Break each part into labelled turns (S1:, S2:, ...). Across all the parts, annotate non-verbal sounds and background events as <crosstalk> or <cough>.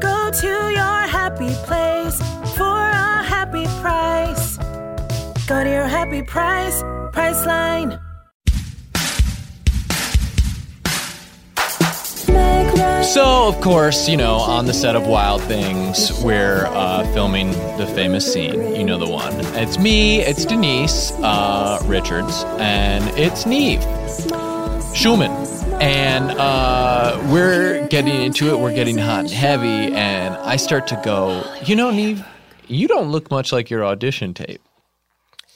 S1: Go to your happy place for a happy price. Go to your happy price, Priceline.
S2: So, of course, you know, on the set of Wild Things, we're uh, filming the famous scene. You know the one. It's me, it's Denise uh, Richards, and it's Neve Schulman. And uh, we're getting into it, we're getting hot and heavy, and I start to go, you know, Neve, you don't look much like your audition tape.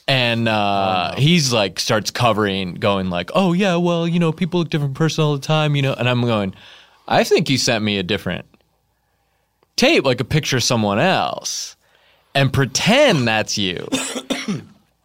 S2: And uh, he's like, starts covering, going like, oh, yeah, well, you know, people look different person all the time, you know, and I'm going, I think you sent me a different tape, like a picture of someone else, and pretend that's
S3: <coughs>
S2: you.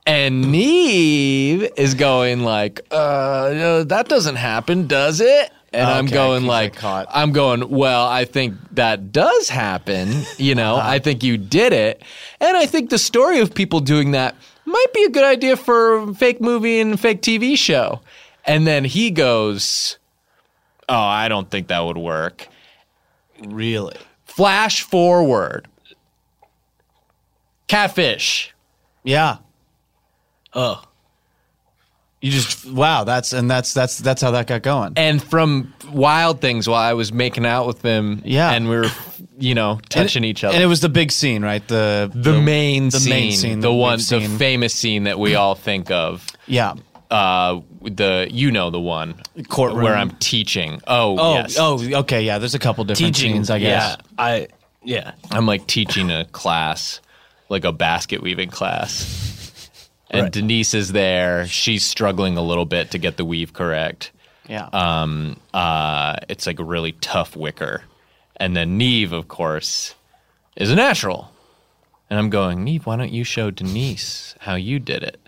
S2: and Neve is going like, uh, no, that doesn't happen, does it? And I'm
S3: Okay,
S2: going
S3: keep it
S2: like,
S3: caught.
S2: I'm going, well, I think that does happen. You know,
S3: Uh-huh.
S2: I think you did it. And I think the story of people doing that might be a good idea for a fake movie and fake TV show. And then he goes, Oh, I don't think that would work.
S3: Really?
S2: Flash forward. Catfish.
S3: Yeah. Oh.
S2: Oh.
S3: You just wow, that's and that's that's that's how that got going.
S2: And from Wild Things while I was making out with him.
S3: Yeah.
S2: And we were, you know, touching each other.
S3: And it was the big scene, right? The
S2: the, main
S3: the
S2: scene,
S3: main scene,
S2: the
S3: big
S2: one, the
S3: scene.
S2: famous scene that we all think of.
S3: yeah.
S2: Uh, the you know the one
S3: Courtroom.
S2: where I'm teaching. Oh,
S3: Oh,
S2: yes.
S3: oh, okay, yeah. There's a couple different scenes, I guess.
S4: Yeah, I yeah.
S2: I'm like teaching a class, like a basket weaving class. And Denise is there. She's struggling a little bit to get the weave correct.
S3: Yeah.
S2: Um, uh, it's like a really tough wicker. And then Neve, of course, is a natural. And I'm going, Neve, why don't you show Denise how you did it?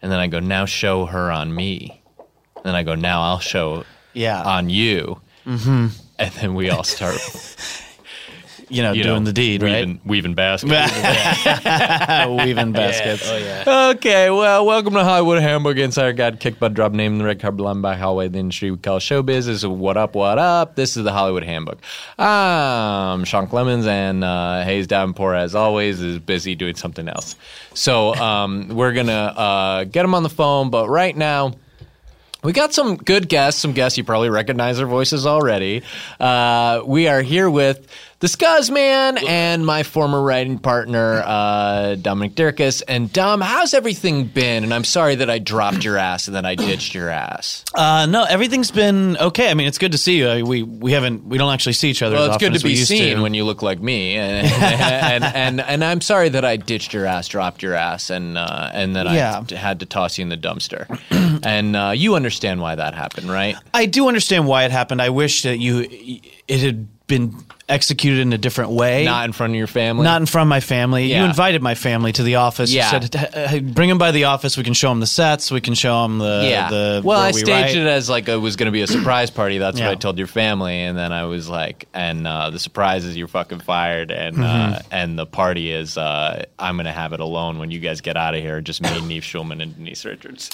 S2: And then I go, now show her on me. And then I go, now I'll show
S3: yeah.
S2: on you. Mm-hmm. And then we all start
S3: you know,
S2: you know,
S3: doing the deed, right?
S2: weaving, Weaving
S3: <laughs>
S2: baskets.
S3: Weaving baskets.
S4: Oh
S2: <laughs>
S4: yeah.
S2: Okay, well, welcome to Hollywood Hamburg Insider. Got kicked by drop name in the red carpet line by hallway of the industry we call showbiz. This is what up, what up. This is the Hollywood Handbook. Um, Sean Clemens and uh, Hayes Davenport, as always, is busy doing something else. So um, we're gonna uh, get him on the phone, but right now. We got some good guests, some guests you probably recognize their voices already. Uh, we are here with the Scuzz Man and my former writing partner, uh, Dominic Dirkus. And Dom, how's everything been? And I'm sorry that I dropped your ass and that I ditched your ass.
S3: Uh, no, everything's been okay. I mean, it's good to see you. I, we we haven't we don't actually see each other.
S2: Well,
S3: as
S2: it's
S3: often
S2: good to
S3: as we
S2: be
S3: used
S2: seen
S3: to.
S2: when you look like me, and and, and, and I'm sorry that I ditched your ass, dropped your ass, and uh, and that
S3: Yeah.
S2: I t- had to toss you in the dumpster. and uh, you understand why that happened, right?
S3: I do understand why it happened. I wish that you it had been executed in a different way.
S2: Not in front of your family.
S3: Not in front of my family.
S2: Yeah.
S3: You invited my family to the office.
S2: Yeah.
S3: You said, "H- h- bring them by the office. We can show them the sets. We can show them the. the
S2: well,
S3: where
S2: I
S3: we
S2: staged
S3: write."
S2: it as like it was going to be a surprise party. That's
S3: Yeah.
S2: what I told your family, and then I was like, and uh, the surprise is you're fucking fired, and
S3: Mm-hmm.
S2: uh, and the party is uh, I'm going to have it alone when you guys get out of here. Just me, Neve Schulman, and Denise Richards.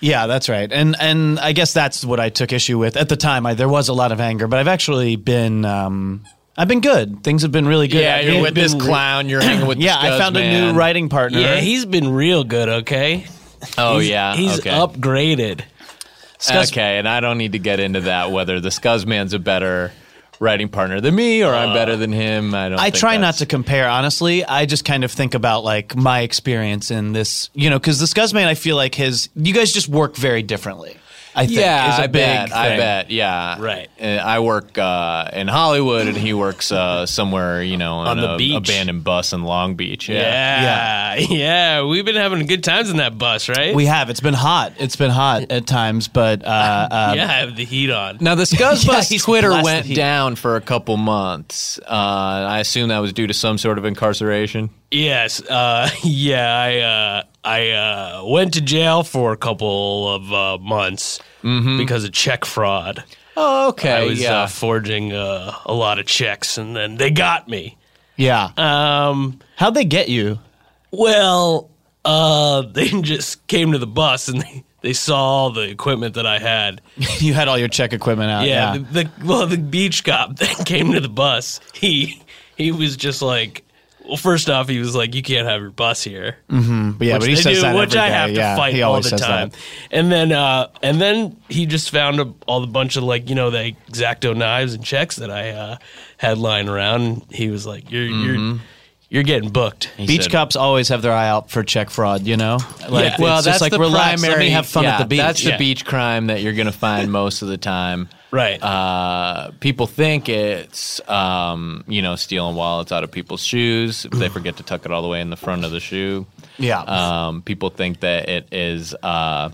S3: Yeah, that's right. And and I guess that's what I took issue with at the time. I, there was a lot of anger, but I've actually been. Um, I've been good. Things have been really good.
S2: Yeah,
S3: I've
S2: you're
S3: been-
S2: with this clown. You're hanging
S3: <clears throat>
S2: with.
S3: Yeah, I found a new writing partner.
S4: Yeah, he's been real good, okay?
S2: Oh
S4: He's-
S2: yeah,
S4: He's
S2: okay.
S4: upgraded.
S3: Scuzz-
S2: okay, and I don't need to get into that whether the Scuzzman's a better writing partner than me or I'm better than him. I don't.
S3: Uh, I
S2: think
S3: try not
S2: that's-
S3: to compare, honestly. I just kind of think about like my experience in this, you know, because the Scuzzman, I feel like his, you guys just work very differently. I think
S2: Yeah,
S3: is a
S2: I
S3: big
S2: bet. I
S3: thing.
S2: bet. Yeah,
S4: Right.
S2: Uh, I work uh, in Hollywood, and he works uh, somewhere, you know,
S4: On
S2: in
S4: the
S2: a
S4: beach.
S2: abandoned bus in Long Beach. Yeah.
S4: Yeah. <laughs> yeah. We've been having good times in that bus, right?
S3: We have. It's been hot. It's been hot at times, but uh,
S4: <laughs>
S3: uh,
S4: yeah, I have the heat on.
S3: <laughs>
S2: Now the Scuzzbus
S3: Yeah,
S2: Bus
S3: he's
S2: Twitter
S3: blasted
S2: went
S3: heat.
S2: down for a couple months. Uh, I assume that was due to some sort of incarceration.
S4: Yes. Uh, <laughs> yeah. I uh, I uh, went to jail for a couple of uh, months because of check fraud.
S2: Oh, okay.
S4: I was
S2: Mm-hmm. yeah.
S4: uh, forging uh, a lot of checks, and then they got me.
S3: Yeah.
S4: Um,
S3: How'd they get you? <laughs>
S4: well, uh, <laughs> they just came to the bus and they, they saw all the equipment that I had.
S3: you had all your check equipment out.
S4: Yeah,
S3: Yeah.
S4: The, the well, the beach cop <laughs> that came to the bus, he he was just like, well, first off, he was like, you can't have your bus here,
S3: But yeah,
S4: which
S3: Mm-hmm. but he
S4: they
S3: says
S4: do,
S3: that
S4: which
S3: every
S4: I
S3: day.
S4: have to
S3: Yeah,
S4: fight
S3: he
S4: all
S3: always
S4: the
S3: says that.
S4: time. And then uh, and then he just found a, all the bunch of like you know the exacto knives and checks that I uh, had lying around. And he was like, you're
S3: Mm-hmm.
S4: you're you're getting booked.
S3: Beach
S2: said-
S3: cops always have their eye out for check fraud, you know? Like,
S4: Well,
S3: it's just like, relax, let me have fun
S2: yeah,
S3: at the beach.
S2: That's
S4: Yeah.
S2: the beach crime that you're going to
S3: <laughs>
S2: find most of the time.
S4: Right.
S2: Uh, people think it's, um, you know, stealing wallets out of people's shoes if they forget to tuck it all the way in the front of the shoe.
S3: Yeah.
S2: Um, people think that it is, uh,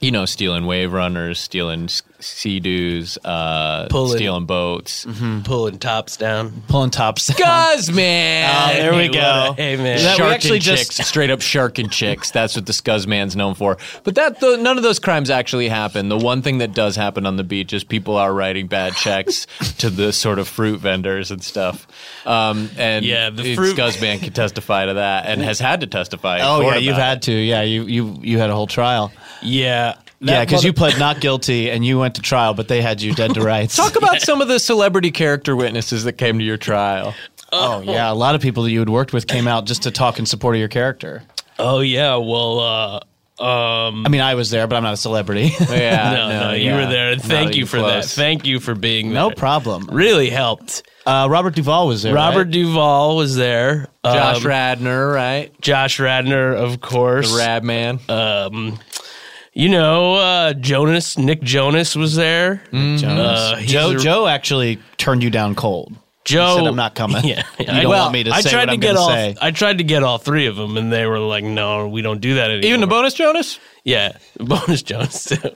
S2: you know, stealing wave runners, stealing s- sea dews, uh,
S4: Pulling-
S2: stealing boats.
S3: Mm-hmm.
S4: Pulling tops down.
S3: Pulling tops.
S2: Guys, man.
S3: Oh, there we
S4: Hey, what
S3: go.
S4: a- Hey man.
S3: That- we
S2: sharking
S3: actually
S2: chicks,
S3: just-
S2: straight up sharking chicks. That's what the Scuzz man's known for. But that though, none of those crimes actually happen. The one thing that does happen on the beach is people are writing bad checks to the sort of fruit vendors and stuff. Um, and
S4: Yeah, the
S2: the
S4: fruit-
S2: Scuzz man can testify to that and has had to testify. in
S3: Oh,
S2: court
S3: yeah, you've
S2: about it.
S3: had to. Yeah, you, you, you had a whole trial.
S4: yeah.
S3: Yeah, because you pled not guilty and you went to trial, but they had you dead to
S4: <laughs>
S3: rights.
S2: Talk about some of the celebrity character witnesses that came to your trial.
S3: oh, yeah. A lot of people that you had worked with came out just to talk in support of your character.
S4: Oh yeah. Well. uh Mm.
S3: I mean, I was there, but I'm not a
S4: <laughs>
S3: celebrity.
S2: Yeah,
S4: <laughs> no, Oh, no, you
S2: yeah.
S4: were there. and
S2: Not
S4: Thank you
S2: even
S4: for that.
S2: close.
S4: Thank you for being there.
S3: <laughs> no problem.
S4: Really helped.
S3: Uh, Robert Duvall was there.
S4: Robert
S3: right?
S4: Duvall was there.
S2: Josh
S4: Um,
S2: Radner, right?
S4: Josh Radner, of
S2: The
S4: course. Um,
S2: Rad Man.
S4: Uh, you know, uh, Jonas, Nick Jonas was there.
S3: Jonas.
S4: Uh, he's
S3: Joe
S4: a-
S3: Joe actually turned you down cold.
S4: Joe,
S3: he said I'm not coming.
S4: <laughs> Yeah,
S3: you don't
S4: well,
S3: want me to
S4: I
S3: say
S4: tried
S3: what
S4: to
S3: I'm
S4: get
S3: gonna
S4: all.
S3: say.
S4: I tried to get all three of them, and they were like, "No, we don't do that anymore."
S2: Even the bonus Jonas?
S4: yeah, <laughs> bonus Jonas. too.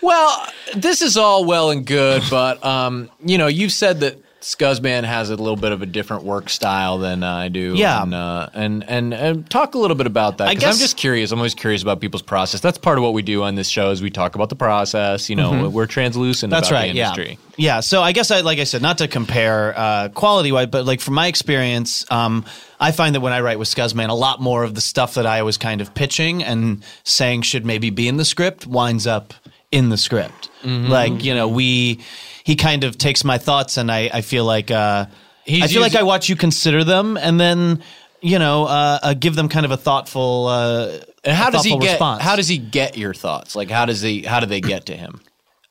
S2: Well, this is all well and good, but um, you know, you've said that Scuzzman has a little bit of a different work style than I do.
S3: Yeah.
S2: and uh, and, and and talk a little bit about that.
S3: I
S2: because I'm
S3: guess-
S2: just curious. I'm always curious about people's process. That's part of what we do on this show is we talk about the process. You know, we're translucent.
S3: That's
S2: about
S3: right.
S2: The industry.
S3: Yeah. Yeah. So I guess I like I said, not to compare uh, quality wise, but like from my experience, um, I find that when I write with Scuzzman, a lot more of the stuff that I was kind of pitching and saying should maybe be in the script winds up in the script.
S2: Mm-hmm.
S3: Like you know, we he kind of takes my thoughts, and I I feel like uh,
S2: He's
S3: I feel like
S2: using-
S3: I watch you consider them, and then you know uh, uh, give them kind of a thoughtful. Uh,
S2: And how does he get?
S3: Response.
S2: How does he get your thoughts? Like, how does he? How do they get to <clears throat> him?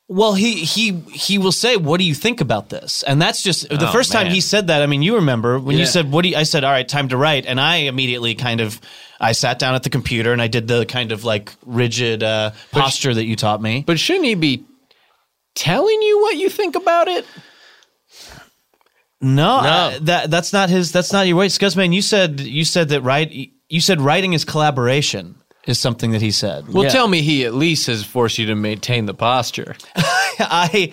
S3: Well, he he he will say, "What do you think about this?" And that's just the
S2: Oh,
S3: first time
S2: man.
S3: he said that. I mean, you remember when you
S2: Yeah.
S3: said, "What do you?" I said, "All right, time to write," and I immediately kind of I sat down at the computer and I did the kind of like rigid uh, posture that you taught me.
S2: But shouldn't he be telling you what you think about it?
S3: No, I- that that's not his. That's not your way, Scuzzman. You said you said that right. You said writing is collaboration is something that he said.
S2: Well, tell me, he at least has forced you to maintain the posture.
S3: I,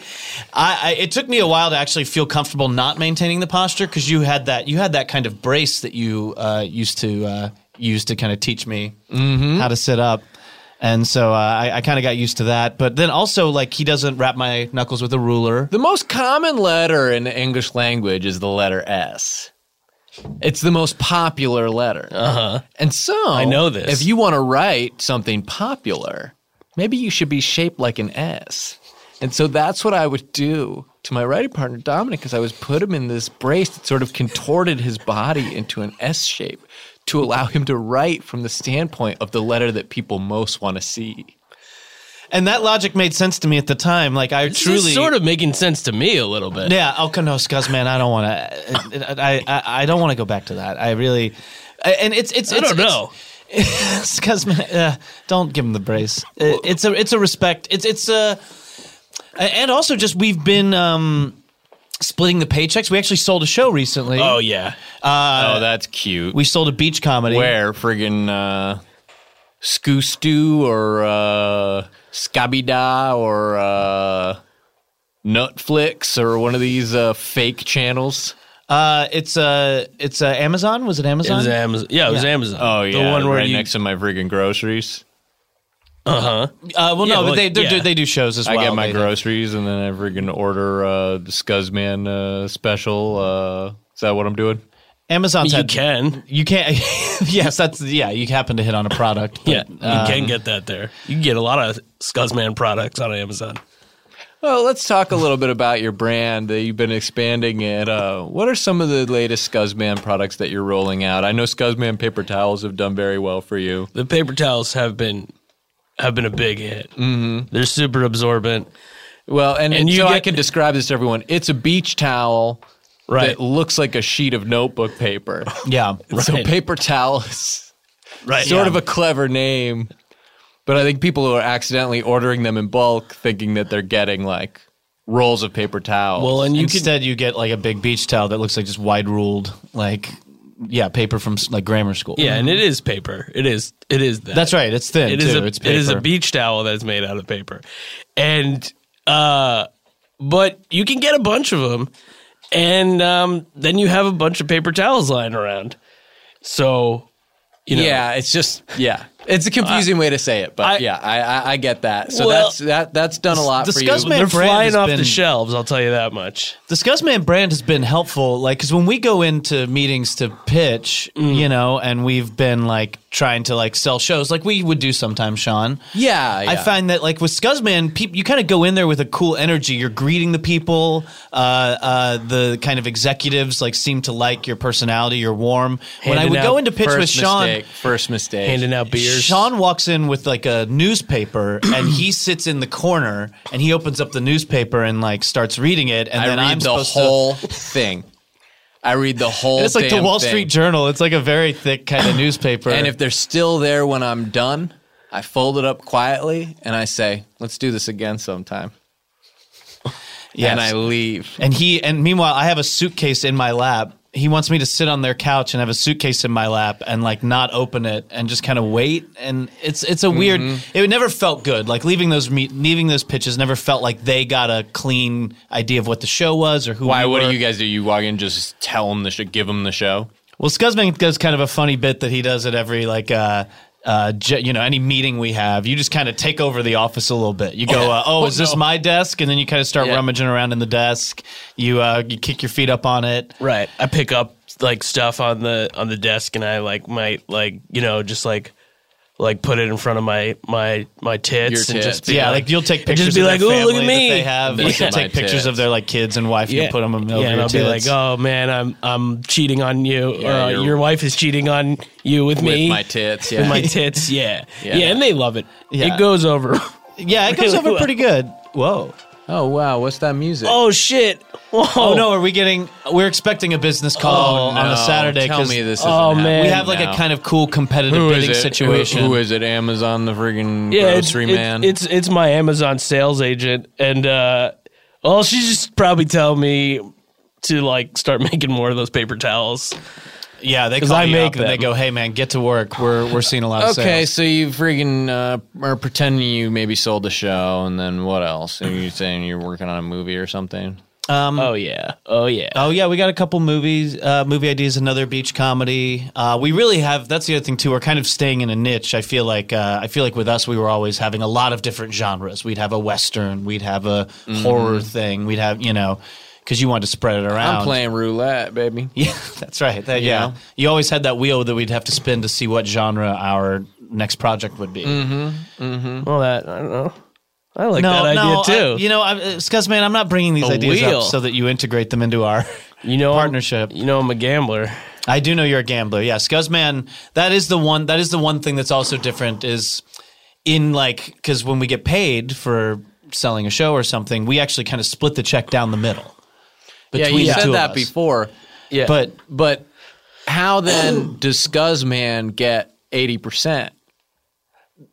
S3: I, I, it took me a while to actually feel comfortable not maintaining the posture because you had that you had that kind of brace that you uh, used to uh, use to kind of teach me
S4: Mm-hmm.
S3: how to sit up, and so uh, I, I kind of got used to that. But then also like he doesn't wrap my knuckles with a ruler.
S2: The most common letter in the English language is the letter S. It's the most popular letter. Uh-huh. And so I
S4: know this.
S2: If you want to write something popular, maybe you should be shaped like an S. And so that's what I would do to my writing partner Dominic because I was put him in this brace that sort of contorted his body into an S shape to allow him to write from the standpoint of the letter that people most want to see.
S3: And that logic made sense to me at the time. Like I
S4: This
S3: truly
S4: is sort of making sense to me a little bit.
S3: Yeah. Okay. No, Scuzz, man, I don't want to. I, I I don't want to go back to that. I really. And it's it's.
S4: I
S3: it's-
S4: don't know.
S3: It's, <laughs> Scuzz, man, uh, don't give him the brace. It, it's a it's a respect. It's it's a. And also, just we've been um, splitting the paychecks. We actually sold a show recently.
S4: Oh yeah.
S2: oh, that's cute.
S3: We sold a beach comedy.
S2: Where friggin' uh, Skoostu or uh, Scabida or uh, Nutflix or one of these uh, fake channels?
S3: Uh, it's uh, it's uh, Amazon. Was it
S4: It
S3: Amazon?
S4: was Amazon. Yeah, it was Amazon.
S2: Oh yeah,
S4: the one where
S2: right
S4: you
S2: next to my friggin' groceries.
S3: uh, well,
S4: Yeah,
S3: no,
S4: well,
S3: but they they do
S4: yeah.
S3: they do shows as
S2: I
S3: well.
S2: get my
S3: They-
S2: groceries and then I friggin' order uh, the Scuzzman uh, special. Uh, is that what I'm doing?
S3: Amazon's
S4: you
S3: had-
S4: can.
S3: You can't. <laughs> yes, that's yeah. You happen to hit on a product. but,
S4: Yeah,
S3: uh,
S4: you can get that there. You can get a lot of Scuzzman products on Amazon.
S2: Well, let's talk a little bit about your brand that you've been expanding it. Uh, what are some of the latest Scuzzman products that you're rolling out? I know Scuzzman paper towels have done very well for you.
S4: The paper towels have been have been a big hit. Mm-hmm. They're super absorbent.
S2: Well, and,
S4: And
S2: and
S4: you
S2: so I
S4: get-
S2: can describe this to everyone. It's a beach towel
S4: Right.
S2: that looks like a sheet of notebook paper.
S3: Yeah.
S2: So
S4: <laughs> Right.
S2: paper towel is
S4: right.
S2: sort of a clever name, but I think people who are accidentally ordering them in bulk thinking that they're getting like rolls of paper towels.
S4: well, and you can
S3: Instead, you get like a big beach towel that looks like just wide ruled, like yeah, paper from s- like grammar school.
S4: yeah, and it is paper. It is it is that.
S3: that's right. It's thin.
S4: It
S3: too.
S4: is a
S3: it's
S4: it is a
S3: paper.
S4: beach towel that's made out of paper, and uh, but you can get a bunch of them, and um, then you have a bunch of paper towels lying around. So, you know,
S2: yeah, it's just yeah, it's a confusing way to say it, but
S4: I-
S2: yeah, I, I I get that. So
S4: Well-
S2: that's that that's done a lot
S3: The
S2: for you.
S3: Scuzzman-
S4: they're
S3: brand has
S4: flying off
S3: been-
S4: the shelves. I'll tell you that much.
S3: the Scuzzman brand has been helpful, like because when we go into meetings to pitch,
S4: Mm.
S3: you know, and we've been like trying to like sell shows, like we would do sometimes, Sean.
S2: Yeah, yeah.
S3: I find that like with Scuzzman, peop you kind of go in there with a cool energy. You're greeting the people. Uh, uh, the kind of executives like seem to like your personality. You're warm. when I
S4: Handing
S3: would go
S4: out
S3: into pitch
S2: first
S3: with Sean,
S2: mistake, first mistake.
S4: Handing out beers.
S3: Sean walks in with like a newspaper and he sits in the corner and he opens up the newspaper and like starts reading it and
S2: I
S3: then
S2: read
S3: I'm
S2: the
S3: supposed to
S2: whole thing. I read
S3: <laughs>
S2: the whole.
S3: And it's like the
S2: damn
S3: Wall
S2: thing.
S3: Street Journal. It's like a very thick kind
S2: <sighs>
S3: of newspaper.
S2: And if they're still there when I'm done, I fold it up quietly and I say, "Let's do this again sometime."
S3: Yes.
S2: And I leave.
S3: And he and meanwhile I have a suitcase in my lap. He wants me to sit on their couch and have a suitcase in my lap and like not open it and just kind of wait. And it's it's a weird.
S2: Mm-hmm.
S3: It never felt good. Like leaving those meet, leaving those pitches never felt like they got a clean idea of what the show was or who.
S2: Why?
S3: we
S2: What
S3: were.
S2: do you guys do? You walk in, just tell them the show, give them the show.
S3: Well, Scuzzman does kind of a funny bit that he does at every like. uh uh, j- you know, any meeting we have, you just kind of take over the office a little bit. You go, uh, "Oh, is this my desk?" And then you kind of start
S2: Yeah.
S3: rummaging around in the desk. You uh, you kick your feet up on it.
S4: Right. I pick up like stuff on the on the desk and I like might like, you know, just like like put it in front of my my my tits
S2: Your
S4: and
S2: tits.
S4: just be
S3: yeah, like, you'll take
S4: and
S3: pictures
S4: just be
S3: of
S4: like,
S3: their
S4: "Ooh,
S3: family
S4: look at
S3: that they
S4: me."
S3: have.
S2: Look
S3: you'll
S2: at
S3: take
S2: my
S3: pictures of
S2: tits.
S3: their like kids and wife. You'll put them over
S4: yeah, and
S3: your
S4: I'll be like,
S3: tits.
S4: "Oh man, I'm I'm cheating on you.
S2: Yeah,
S4: or
S2: you're-
S4: your wife is cheating on you with,
S2: With
S4: me,
S2: my tits. Yeah.
S4: <laughs> with my tits." Yeah.
S2: Yeah.
S4: yeah, and they love it.
S3: Yeah.
S4: It goes over.
S3: yeah, it goes
S4: really
S3: over
S4: well.
S3: pretty good. Whoa.
S2: oh wow, what's that music?
S4: oh shit! <laughs> Whoa.
S3: Oh no, are we getting? We're expecting a business call on a Saturday.
S2: Oh, Tell
S3: 'cause
S2: me this.
S4: Oh,
S2: isn't
S4: man.
S3: We
S2: happening
S3: have like
S2: now.
S3: a kind of cool competitive
S2: Who is
S3: bidding
S2: it?
S3: situation.
S2: Who- who is it? Amazon, the friggin'
S4: it's,
S2: grocery
S4: it's-
S2: man.
S4: It's, it's my Amazon sales agent, and uh, well, she's just probably telling me to like start <laughs> making more of those paper towels.
S3: Yeah, they
S4: 'Cause
S3: call
S4: I
S3: you
S4: make
S3: up and they
S4: them.
S3: go, "Hey man, get to work. We're we're seeing a lot of
S2: okay.
S3: sales."
S2: So you friggin' uh, are pretending you maybe sold the show, and then what else? Are you saying you're working on a movie or something?
S3: Um,
S4: oh yeah, oh yeah.
S3: Oh yeah, we got a couple movies, uh, movie ideas, another beach comedy. Uh, we really have. That's the other thing too. We're kind of staying in a niche. I feel like uh, I feel like with us, we were always having a lot of different genres. We'd have a western, we'd have a horror thing, we'd have you know, because you wanted to spread it around.
S2: I'm playing roulette, baby.
S3: <laughs> Yeah, that's right. That- yeah.
S2: Yeah.
S3: you always had that wheel that we'd have to spin to see what genre our next project would be.
S4: Well, that I don't know. I like that
S3: no,
S4: idea too.
S3: I- you know, I, uh, Scuzz, man, I'm not bringing these
S4: A
S3: ideas
S4: wheel.
S3: up so that you integrate them into our. <laughs>
S4: you know, I'm-
S3: partnership.
S4: You know, I'm a gambler.
S3: I do know you're a gambler. Yeah, Scuzzman, that is the one that is the one thing that's also different is in like cuz when we get paid for selling a show or something, we actually kind of split the check down the middle.
S2: Yeah,
S3: between
S2: you
S3: the two
S2: said
S3: of
S2: that
S3: us.
S2: before,
S4: Yeah,
S3: But
S2: but how then does Scuzzman get eighty percent?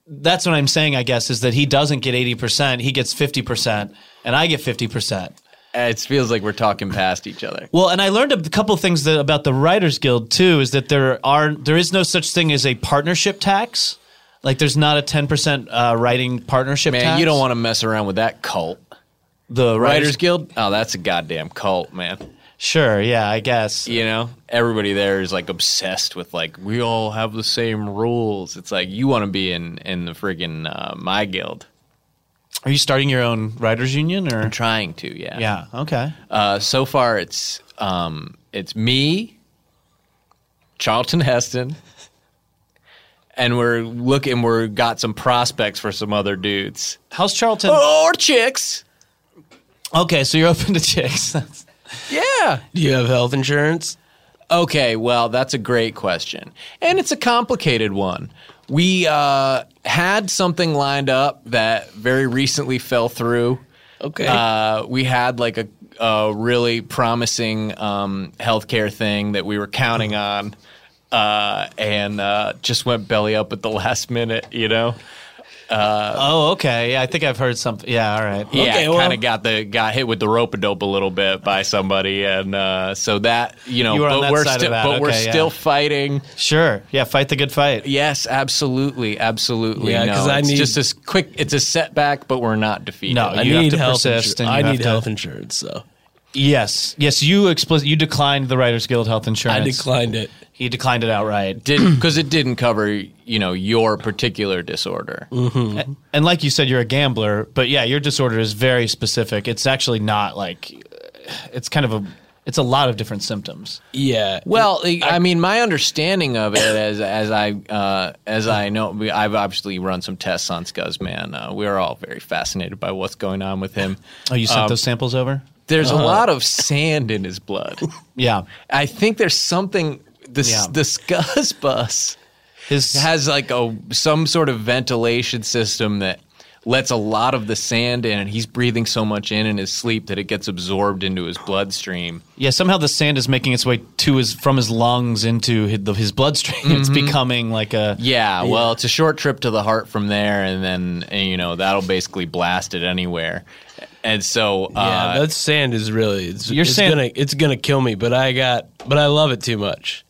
S3: that's what I'm saying, I guess, is that he doesn't get 80%, he gets 50% and I get 50%.
S2: It feels like we're talking past each other.
S3: Well, and I learned a couple things that, about the Writers Guild too is that there are there is no such thing as a partnership tax. Like there's not a 10% uh, writing partnership
S2: Man,
S3: tax.
S2: you don't want to mess around with that cult.
S3: the
S2: Writers Guild? Oh, that's a goddamn cult, man.
S3: Sure. Yeah, I guess.
S2: You know, everybody there is like obsessed with like we all have the same rules. It's like you want to be in in the friggin' uh, my guild.
S3: Are you starting your own writers union or?
S2: I'm trying to, yeah.
S3: Yeah. Okay.
S2: Uh, so far, it's um, it's me, Charlton Heston, and we're looking. We're got some prospects for some other dudes
S3: How's Charlton?
S2: or chicks. oh.
S3: Okay, so you're open to chicks. <laughs> That's-
S2: Yeah.
S4: Do you have health insurance?
S2: Okay, well, that's a great question. And it's a complicated one. We uh, had something lined up that very recently fell through.
S4: Okay.
S2: Uh, we had like a, a really promising um, healthcare thing that we were counting
S3: Mm-hmm.
S2: on uh, and uh, just went belly up at the <laughs> last minute, you know?
S3: oh, okay. Yeah, I think I've heard something. Yeah. All right.
S2: Yeah,
S4: Okay,
S2: kind
S4: well-
S2: of got the got hit with the rope a dope a little bit by somebody, and uh, so that you know,
S3: You were on
S2: but
S3: that
S2: we're
S3: side of
S2: still
S3: that.
S2: but we're
S3: Okay, yeah.
S2: still fighting.
S3: Sure. Yeah. Fight the good fight.
S2: Yes, absolutely, absolutely.
S4: Yeah,
S2: no,
S4: 'cause I
S2: it's
S4: need-
S2: just this quick. It's a setback, but we're not defeated.
S3: No,
S4: I
S3: you have
S4: need
S3: to
S4: health
S3: persist
S4: insurance.
S3: and you
S4: I
S3: have
S4: need
S3: to-
S4: health insurance, so
S3: Yes. Yes. You explicit. You declined the Writers Guild health
S4: I
S3: insurance.
S4: declined it.
S3: He declined it outright.
S2: didn't because it didn't cover you know your particular disorder.
S4: Mm-hmm.
S3: And like you said, you're a gambler, but yeah, your disorder is very specific. It's actually not like. uh, It's kind of a. It's a lot of different symptoms.
S4: Yeah.
S2: Well, I, I mean, my understanding of it, as as I uh, as I know, we- I've obviously run some tests on Scuzzman. Uh, we are all very fascinated by what's going on with him.
S3: Oh, you sent those samples over?
S2: There's
S4: Uh-huh.
S2: a lot of sand in his blood.
S3: Yeah.
S2: I think there's something. This
S3: Yeah.
S2: the Scuzz bus.
S3: His
S2: has like a some sort of ventilation system that lets a lot of the sand in and he's breathing so much in in his sleep that it gets absorbed into his bloodstream
S3: yeah. Somehow the sand is making its way to his from his lungs into his, his bloodstream. <laughs> It's becoming like a
S2: yeah well it's a short trip to the heart from there and then and, you know that'll basically blast it anywhere and so uh,
S4: yeah, that sand is really it's,
S3: Your
S4: it's
S3: sand-
S4: gonna it's gonna kill me, but I got but I love it too much.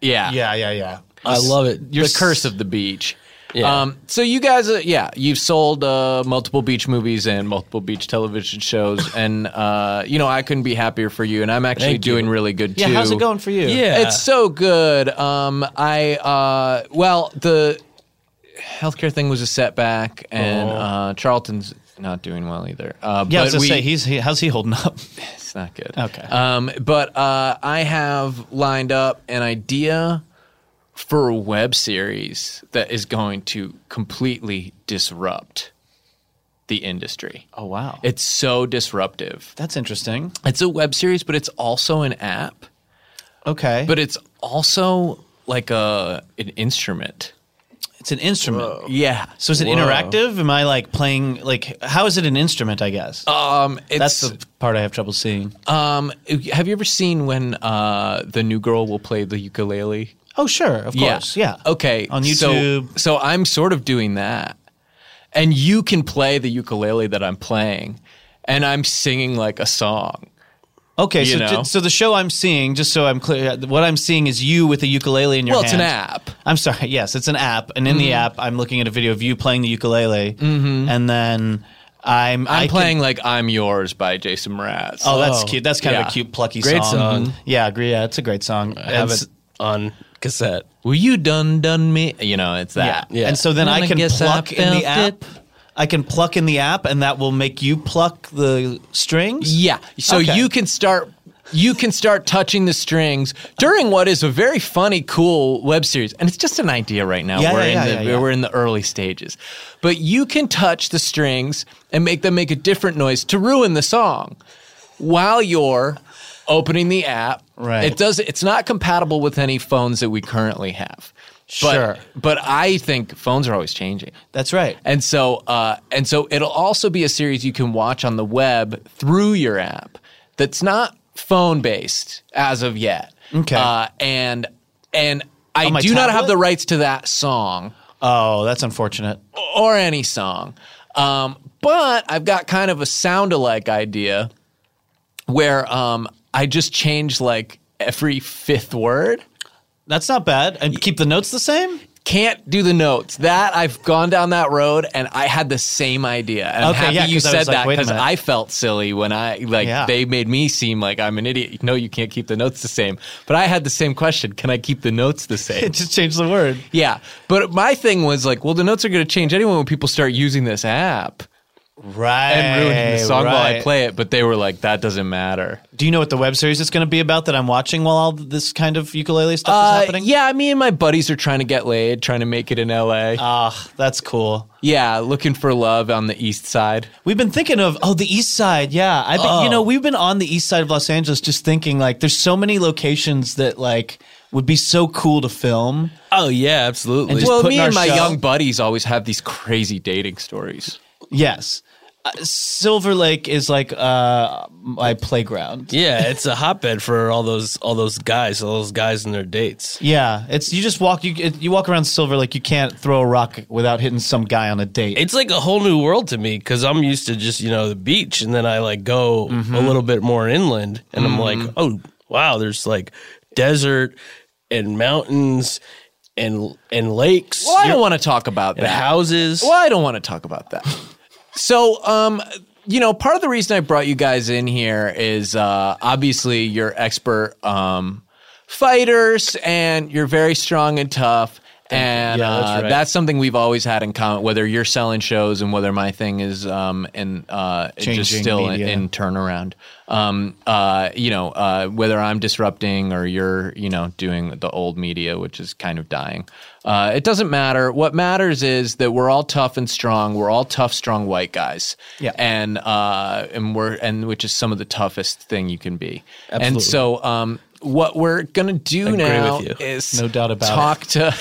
S2: yeah
S3: yeah yeah yeah.
S4: I love it.
S2: the
S4: Your
S2: curse of the beach
S4: Yeah.
S2: um, so you guys uh, yeah you've sold uh, multiple beach movies and multiple beach television shows and uh, you know i couldn't be happier for you and i'm actually
S4: Thank you.
S2: doing really good
S3: Yeah,
S2: too
S3: how's it going for you?
S4: Yeah.
S2: It's so good. Um, I uh, well, the healthcare thing was a setback, and uh, Charlton's not doing well either. Uh,
S3: Oh. Yeah, I was
S2: but
S3: gonna
S2: we,
S3: say he's he, how's he holding up?
S2: <laughs>
S3: <laughs>
S2: it's not good.
S3: Okay.
S2: Um, but uh, I have lined up an idea for a web series that is going to completely disrupt the industry.
S3: Oh wow,
S2: It's so disruptive.
S3: that's interesting.
S2: It's a web series, but it's also an app
S3: Okay,
S2: but it's also like a an instrument.
S3: it's an instrument.
S2: Yeah.
S3: So is it interactive? Am I like playing? Like how is it an instrument? I guess
S2: Um,
S3: that's
S2: it's
S3: the part I have trouble seeing.
S2: um. Have you ever seen when uh the new girl will play the ukulele?
S3: oh sure, of course. Yeah.
S2: Okay.
S3: On
S2: so-
S3: YouTube.
S2: So, I'm sort of doing that, and you can play the ukulele that I'm playing, and I'm singing like a song.
S3: Okay.
S2: You
S3: So
S2: know.
S3: ju- so the show I'm seeing, just so I'm clear, uh, what I'm seeing is you with a ukulele in your
S2: well, it's
S3: hand.
S2: an app. Mm-hmm.
S3: I'm sorry. Yes, it's an app, and in the app, I'm looking at a video of you playing the ukulele, and then I'm
S2: I'm
S3: I can-
S2: playing like "I'm Yours" by Jason Mraz.
S3: Oh,
S4: Oh,
S3: that's cute. That's kind of
S2: yeah.
S3: a cute, plucky
S4: Great
S3: song.
S4: song.
S3: Mhm. Yeah, I agree. Yeah, it's a great song.
S4: I have
S3: And
S4: it on cassette.
S2: Well, you done done me? You know, it's that.
S3: Yeah. And so then
S2: And I
S3: I can
S2: guess I
S3: pluck in
S2: felt
S3: the app.
S2: it.
S3: I can pluck in the app, and that will make you pluck the strings.
S2: Yeah. So
S3: Okay.
S2: you can start you can start touching the strings during what is a very funny, cool web series. And it's just an idea right now.
S3: Yeah,
S2: we're
S3: yeah,
S2: in
S3: yeah,
S2: the
S3: yeah, yeah.
S2: we're in the early stages. But you can touch the strings and make them make a different noise to ruin the song while you're opening the app.
S3: Right.
S2: It does it's not compatible with any phones that we currently have. But,
S3: Sure.
S2: But I think phones are always changing.
S3: That's right.
S2: And so, uh, and so it'll also be a series you can watch on the web through your app. That's not phone based as of yet.
S3: Okay.
S2: Uh, and and I
S3: On my
S2: do not have
S3: tablet?
S2: the rights to that song
S3: Oh, that's unfortunate.
S2: or any song. Um, but I've got kind of a sound alike idea where um, I just change like every fifth word.
S3: That's not bad. And keep the notes the same.
S2: can't do the notes. That I've gone down that road and I had the same idea. And I'm
S3: Okay,
S2: happy
S3: yeah,
S2: you
S3: 'cause I
S2: said
S3: was like,
S2: that
S3: wait a
S2: because
S3: minute.
S2: I felt silly when I like
S3: Yeah.
S2: they made me seem like I'm an idiot. No, you can't keep the notes the same. But I had the same question. Can I keep the notes the
S3: <laughs>
S2: same?
S3: Just change the word.
S2: yeah. But my thing was like, well, the notes are going to change anyway when people start using this app
S3: Right.
S2: and ruining the song while I
S3: right.
S2: play it. But they were like, that doesn't matter.
S3: Do you know what the web series is going to be about that I'm watching while all this kind of ukulele stuff is
S2: Uh,
S3: happening?
S2: yeah, me and my buddies are trying to get laid, trying to make it in LA.
S3: Ah, that's cool.
S2: yeah, looking for love on the east side.
S3: We've been thinking of oh the east side, yeah. I've been, you know we've been on the east side of Los Angeles, just thinking like there's so many locations that like would be so cool to film.
S4: Oh yeah, absolutely.
S3: And just
S2: well,
S3: putting
S2: me
S3: our
S2: and my
S3: show-
S2: young buddies always have these crazy dating stories.
S3: Yes, uh, Silver Lake is like uh, my playground.
S4: yeah, it's a hotbed for all those all those guys, all those guys and their dates.
S3: Yeah, it's you just walk you it- you walk around Silver Lake. You can't throw a rock without hitting some guy on a date.
S4: It's like a whole new world to me because I'm used to just you know the beach, and then I like go a little bit more inland, and I'm like, oh wow, there's like desert and mountains and and lakes
S2: Well, I don't want to talk about
S4: and
S2: that.
S4: houses.
S2: Well, I don't want to talk about that. So, um, you know, part of the reason I brought you guys in here is uh, obviously you're expert um, fighters and you're very strong and tough. And
S3: Yeah, that's
S2: uh,
S3: right.
S2: that's something we've always had in common, whether you're selling shows and whether my thing is um, in, uh, just
S3: Changing
S2: still in,
S3: media.
S2: in turnaround. Um, uh, you know, uh, whether I'm disrupting or you're, you know, doing the old media, which is kind of dying. Uh, it doesn't matter. What matters is that we're all tough and strong. We're all tough, strong white guys.
S3: Yeah.
S2: And uh, and we're and which is some of the toughest thing you can be.
S4: Absolutely.
S2: And so, um, what we're gonna do
S4: Agree
S2: now
S4: with you.
S2: is
S3: No doubt about it.
S2: talk to.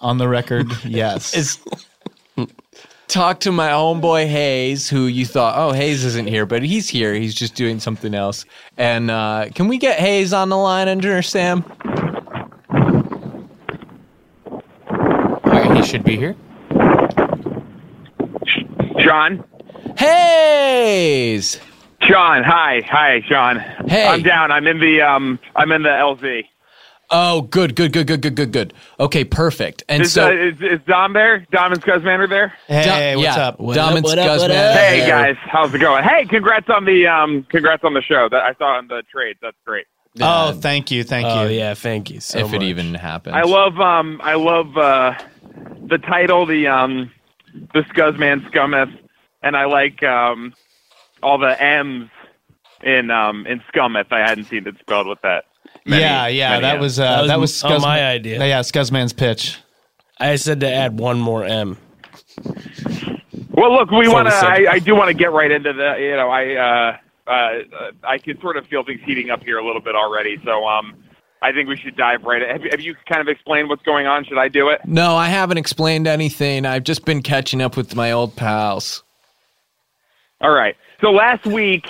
S3: on the <laughs> record, yes.
S2: is talk to my homeboy Hayes, who you thought, oh, Hayes isn't here, but he's here. He's just doing something else. And uh, can we get Hayes on the line, Engineer Sam?
S5: Alright, he should be here.
S6: John.
S2: Hayes!
S6: John, hi, hi, John.
S2: Hey.
S6: I'm down. I'm in the um, I'm in the LZ.
S2: Oh, good, good, good, good, good, good, good. Okay, perfect. And
S6: Is,
S2: so,
S6: uh, is, is Dom there? Dom and Scuzmander there?
S3: hey,
S2: Dom-
S3: what's
S2: yeah,
S3: up?
S4: What
S2: Dom
S4: up,
S2: and
S4: what up, what
S2: Scuzman.
S4: up?
S6: Hey
S4: Hey.
S6: guys, how's it going? Hey, congrats on the um, congrats on the show that I saw on the trades. That's great.
S3: Oh, thank you, thank
S4: Oh
S3: you.
S4: yeah, thank you. So
S2: if it
S4: much.
S2: even happens.
S6: I love um, I love uh, the title, the um, the Scuzzman Scummeth, and I like um, all the M's in um in Scummeth. I hadn't seen it spelled with that. Many-
S3: yeah, yeah,
S6: many
S3: that
S6: M's.
S3: was, uh,
S4: That was
S3: that was
S4: m- oh,
S3: Scuzz-
S4: my idea.
S3: Yeah, Scuzzman's pitch.
S4: I said to add one more M.
S6: Well, look, we want
S4: always
S6: to.
S4: said.
S6: I, I do want to get right into the. You know, I uh, uh, I can sort of feel things heating up here a little bit already. So, um, I think we should dive right. In. Have, you- have you kind of explained what's going on? Should I do it?
S2: no, I haven't explained anything. I've just been catching up with my old pals.
S6: All right. So last week,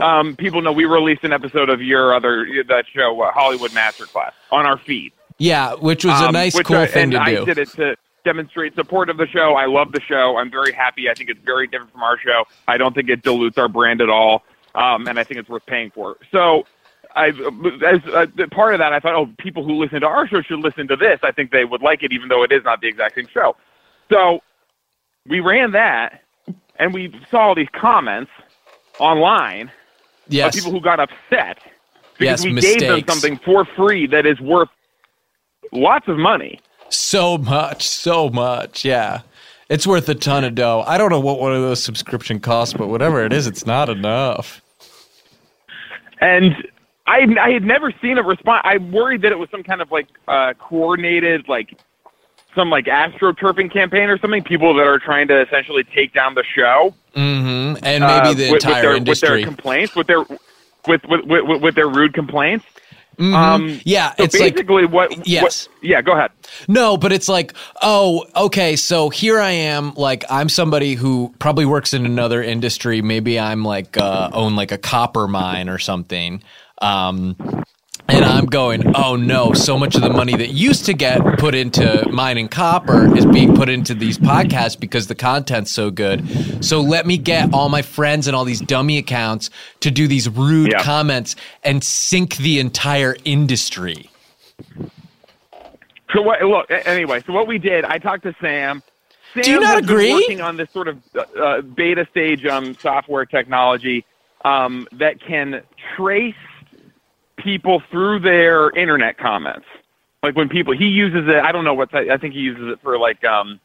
S6: um, people know we released an episode of your other that show, uh, Hollywood Masterclass, on our feed.
S2: Yeah, which was a
S6: Um,
S2: nice,
S6: which
S2: cool
S6: I-
S2: thing
S6: and
S2: to
S6: I
S2: do.
S6: did it to demonstrate support of the show. I love the show. I'm very happy. I think it's very different from our show. I don't think it dilutes our brand at all, um, and I think it's worth paying for. So, I as uh, part of that, I thought, oh, people who listen to our show should listen to this. I think they would like it, even though it is not the exact same show. So, we ran that, and we saw all these comments online of
S2: yes.
S6: people who got upset because
S2: Yes,
S6: we gave them
S2: mistakes.
S6: something for free that is worth lots of money.
S2: So much, so much, yeah. It's worth a ton of dough. I don't know what one of those subscription costs, but whatever it is, it's not enough.
S6: And I, I had never seen a response. I worried that it was some kind of like uh, coordinated, like some like astroturfing campaign or something. People that are trying to essentially take down the show.
S2: Mm-hmm. And maybe
S6: uh,
S2: the
S6: with- with,
S2: entire
S6: their, with
S2: industry.
S6: their complaints, with their with with with, with their rude complaints. Um,
S2: Mm-hmm. yeah,
S6: so
S2: it's like
S6: basically what.
S2: yes.
S6: What, yeah, go ahead.
S2: No, but it's like, oh, okay, so here I am. Like, I'm somebody who probably works in another industry. Maybe I'm like, uh, own like a copper mine or something. Um, and I'm going, oh no, so much of the money that used to get put into mining copper is being put into these podcasts because the content's so good. So let me get all my friends and all these dummy accounts to do these rude
S6: Yeah.
S2: comments and sink the entire industry.
S6: So what? Look, a- anyway. So what we did, I talked to Sam. Sam
S4: Do you not
S6: has been
S4: agree?
S6: Working on this sort of uh, uh, beta stage um, software technology um, that can trace people through their internet comments. Like when people he uses it, I don't know what type, I think he uses it for like um,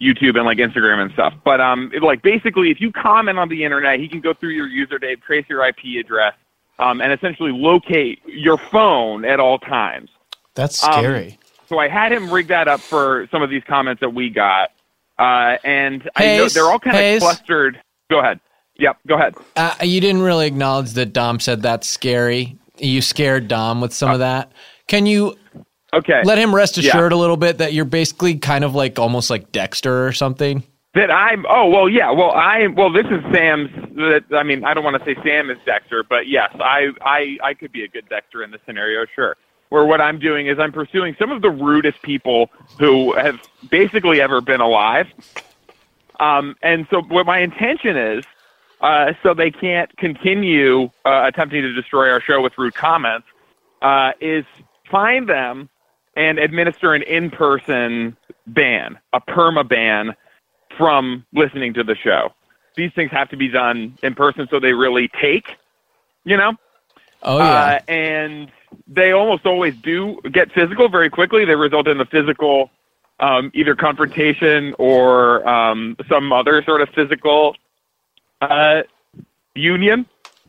S6: YouTube and like Instagram and stuff. But um, it, like basically, if you comment on the internet, he can go through your username, trace your IP address, um, and essentially locate your phone at all times.
S3: That's scary.
S6: So I had him rig that up for some of these comments that we got, uh, and I know
S2: Hayes,
S6: they're all kind
S2: Hayes.
S6: of clustered. Go ahead. Yep, go ahead.
S2: Uh, you didn't really acknowledge that Dom said that's scary. You scared Dom with some of that. Can you
S6: Okay.
S2: let him rest
S6: Uh, eh, Yeah.
S2: assured a little bit that you're basically kind of like almost like Dexter or something?
S6: That I'm. Oh well, yeah. Well, I. Well, this is Sam's. That I mean, I don't want to say Sam is Dexter, but yes, I. I. I could be a good Dexter in this scenario, sure. Where what I'm doing is I'm pursuing some of the rudest people who have basically ever been alive. Um, and so what my intention is, uh, so they can't continue uh, attempting to destroy our show with rude comments, uh, is find them and administer an in-person ban, a perma ban from listening to the show. These things have to be done in person so they really take, you know?
S2: Oh yeah.
S6: Uh, and they almost always do get physical very quickly. They result in a physical, um, either confrontation or um, some other sort of physical uh, union.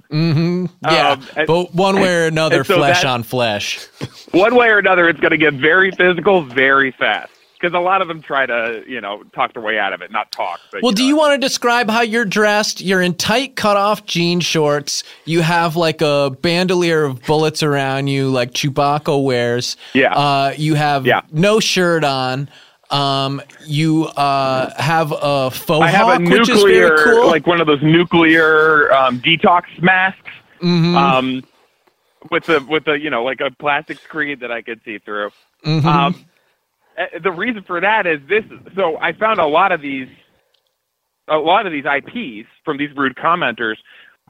S2: yeah.
S6: um, and-
S2: but one way or another,
S6: and so
S2: flesh
S6: that-
S2: on flesh.
S6: One way or another, it's going to get very physical very fast. Because a lot of them try to, you know, talk their way out of it, not talk. But,
S2: Well, do you
S6: know.
S2: want to describe how you're dressed? You're in tight cutoff jean shorts. You have like a bandolier of bullets around you, like Chewbacca wears.
S6: Yeah.
S2: Uh, you have
S6: Yeah.
S2: no shirt on. Um, you uh, have a faux
S6: I have
S2: hawk,
S6: a
S2: which is very
S6: nuclear,
S2: cool.
S6: like one of those nuclear um, detox masks,
S2: Mm-hmm.
S6: um, with a with a you know like a plastic screen that I could see through.
S2: Mm-hmm.
S6: Um, eh, the reason for that is this. So I found a lot of these, a lot of these IPs from these rude commenters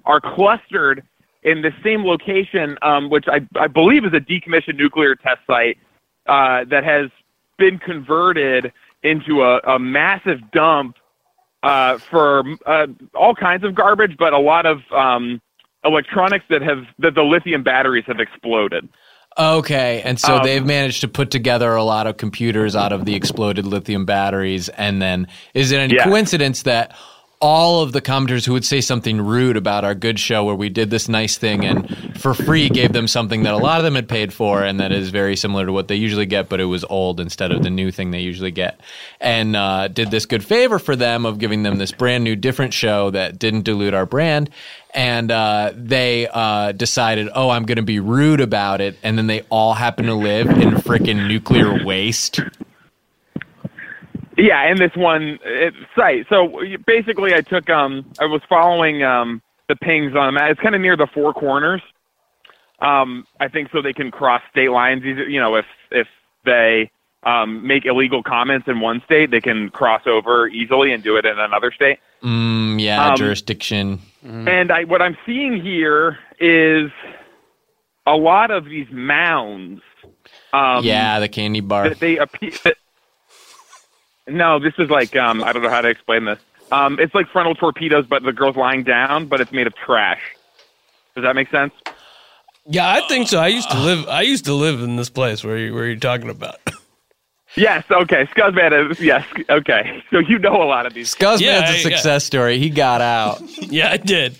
S6: are clustered in the same location, um, which I, I believe is a decommissioned nuclear test site uh, that has been converted into a, a massive dump uh, for uh, all kinds of garbage, but a lot of um, electronics that have that the lithium batteries have exploded.
S2: okay, and
S6: um,
S2: so they've managed to put together a lot of computers out of the exploded lithium batteries. And then, is it any
S6: Yeah.
S2: coincidence that all of the commenters who would say something rude about our good show, where we did this nice thing and for free gave them something that a lot of them had paid for, and that is very similar to what they usually get, but it was old instead of the new thing they usually get, and uh, did this good favor for them of giving them this brand new, different show that didn't dilute our brand. And uh, they uh, decided, oh, I'm going to be rude about it. And then they all happen to live in freaking nuclear waste.
S6: Yeah, in this one it, site. So you- basically, I took um, I was following um, the pings on the map. It's kind of near the four corners. Um, I think so they can cross state lines. These, are- you know, if if they um, make illegal comments in one state, they can cross over easily and do it in another state.
S2: Mm, yeah,
S6: Um,
S2: jurisdiction.
S6: And I, what I'm seeing here is a lot of these mounds. Um,
S2: yeah, the candy bar.
S6: That they appear. That, no, this is like um, I don't know how to explain this. Um, it's like frontal torpedoes, but the girl's lying down, but it's made of trash. Does that make sense?
S4: Yeah, I think so. I used to live. I used to live in this place where you where you're talking about. <laughs>
S6: Yes. Okay. Scuzzman is yes. Okay. So you know a lot of these.
S2: Guzman's
S4: Yeah,
S2: a
S4: yeah.
S2: success story. He got
S6: <laughs>
S2: out.
S4: yeah, I did.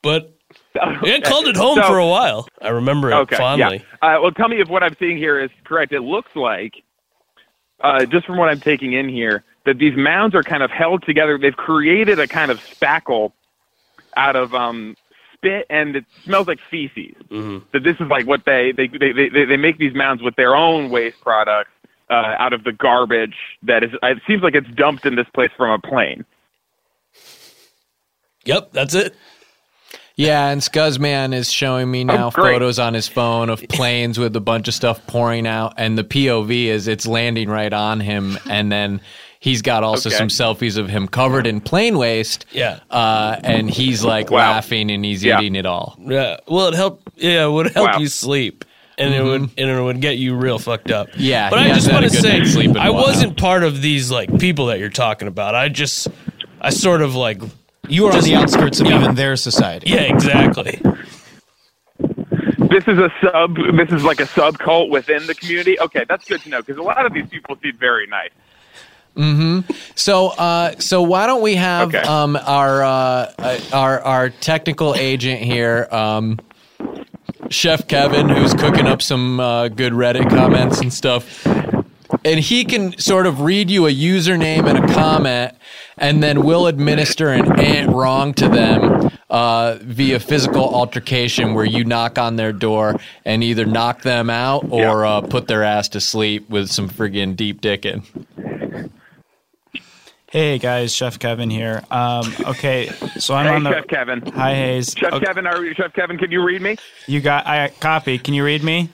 S4: But yeah, called it home
S6: So-
S4: for a while. I remember it
S6: Okay.
S4: fondly.
S6: Yeah. Uh, well, tell me if what I'm seeing here is correct. It looks like, uh, just from what I'm taking in here, that these mounds are kind of held together. They've created a kind of spackle out of um, spit, and it smells like feces. That this is like what they they, they they they make these mounds with their own waste products uh, out of the garbage that is. It seems like it's dumped in this place from a plane.
S4: Yep, that's it.
S2: Yeah, and Scuzzman is showing me now
S6: Oh, great.
S2: photos on his phone of planes with a bunch of stuff pouring out, and the POV is it's landing right on him, and then he's got also
S6: Okay.
S2: some selfies of him covered in plane waste.
S4: Yeah.
S2: uh, and he's like
S6: Wow.
S2: laughing and he's
S6: Yeah.
S2: eating it all.
S4: Yeah. Well, it helped. Yeah, it would help
S6: Wow. Mm-hmm.
S4: you sleep. and it would and it would get you real fucked up.
S2: Yeah,
S4: but
S2: he
S4: I just
S2: hasn't had
S4: want
S2: a
S4: to
S2: good
S4: say,
S2: night's sleep in a
S4: I
S2: while.
S4: wasn't part of these like people that you're talking about. I just, I sort of like,
S3: You were on the outskirts of
S4: yeah.
S3: even their society.
S4: yeah, exactly.
S6: this is a sub this is like a sub cult within the community okay that's good to know because a lot of these people seem very nice
S2: So, uh, so why don't we have
S6: Okay.
S2: um, our uh, our our technical agent here, um, Chef Kevin, who's cooking up some uh, good Reddit comments and stuff, and he can sort of read you a username and a comment, and then we'll administer an ant wrong to them uh, via physical altercation, where you knock on their door and either knock them out or uh, put their ass to sleep with some friggin' deep dicking.
S5: Hey guys, Chef Kevin here. Um, okay, so I'm
S6: hey
S5: on the.
S6: chef kevin
S5: Hi Hayes.
S6: chef
S5: Okay,
S6: kevin are you chef kevin can you read me
S5: You got I copy. Can you read me?